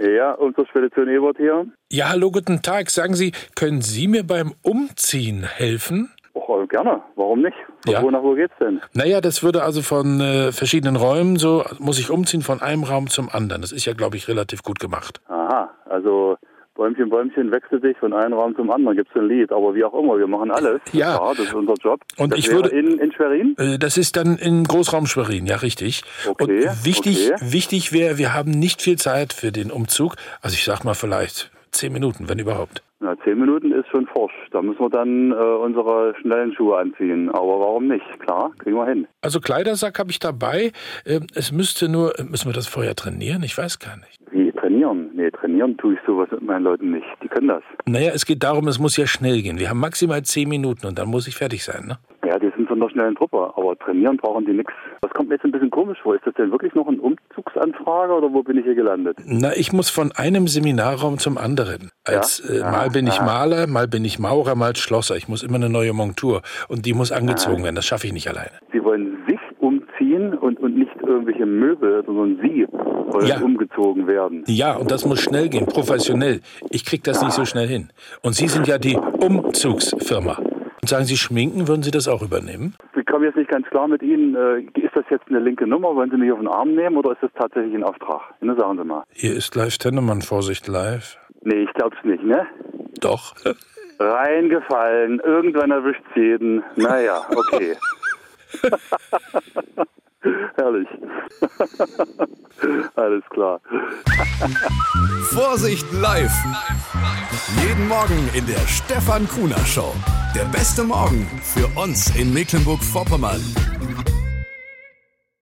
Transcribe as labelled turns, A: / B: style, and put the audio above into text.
A: Ja, unter Spedition Ebert hier.
B: Ja, hallo, guten Tag. Sagen Sie, können Sie mir beim Umziehen helfen?
A: Och, gerne, warum nicht? Von
B: Ja.
A: wo nach wo geht's denn?
B: Naja, das würde also von äh, verschiedenen Räumen, so muss ich umziehen von einem Raum zum anderen. Das ist ja, glaube ich, relativ gut gemacht.
A: Aha, also Bäumchen, Bäumchen wechselt sich von einem Raum zum anderen. Gibt's ein Lied, aber wie auch immer, wir machen alles.
B: Ja.
A: das ist unser Job.
B: Und
A: das
B: ich
A: wäre
B: würde-
A: in, in Schwerin?
B: Äh, Das ist dann in Großraum Schwerin, ja, richtig.
A: Okay,
B: Und wichtig,
A: okay.
B: wichtig wäre, wir haben nicht viel Zeit für den Umzug. Also ich sag mal vielleicht zehn Minuten, wenn überhaupt.
A: Na, zehn Minuten ist schon forsch. Da müssen wir dann äh, unsere schnellen Schuhe anziehen. Aber warum nicht? Klar, kriegen wir hin.
B: Also Kleidersack habe ich dabei. Ähm, Es müsste nur, müssen wir das vorher trainieren? Ich weiß gar nicht.
A: Wie trainieren? Nee, trainieren tue ich sowas mit meinen Leuten nicht. Die können das.
B: Naja, es geht darum, es muss ja schnell gehen. Wir haben maximal zehn Minuten und dann muss ich fertig sein, ne?
A: Ja, die sind von der schnellen Truppe, aber trainieren brauchen die nix. Das kommt mir jetzt ein bisschen komisch vor. Ist das denn wirklich noch ein Umzugsanfrage oder wo bin ich hier gelandet?
B: Na, ich muss von einem Seminarraum zum anderen. Als äh, mal bin ich Maler, mal bin ich Maurer, mal Schlosser. Ich muss immer eine neue Montur und die muss angezogen werden. Das schaffe ich nicht alleine.
A: Sie wollen sich umziehen und, und nicht irgendwelche Möbel, sondern Sie wollen
B: Ja.
A: umgezogen werden.
B: Ja, und das muss schnell gehen, professionell. Ich krieg das nicht so schnell hin. Und Sie sind ja die Umzugsfirma. Und sagen Sie, schminken, würden Sie das auch übernehmen?
A: Ich komme jetzt nicht ganz klar mit Ihnen. Äh, Ist das jetzt eine linke Nummer? Wollen Sie mich auf den Arm nehmen oder ist das tatsächlich ein Auftrag? Ne, sagen Sie mal.
B: Hier ist live Tennemann, Vorsicht live.
A: Nee, ich glaub's nicht, ne?
B: Doch.
A: Reingefallen, irgendwann erwischt jeden. Naja, okay. Herrlich. Alles klar.
C: Vorsicht live. Jeden Morgen in der Stefan Kuhner Show. Der beste Morgen für uns in Mecklenburg-Vorpommern.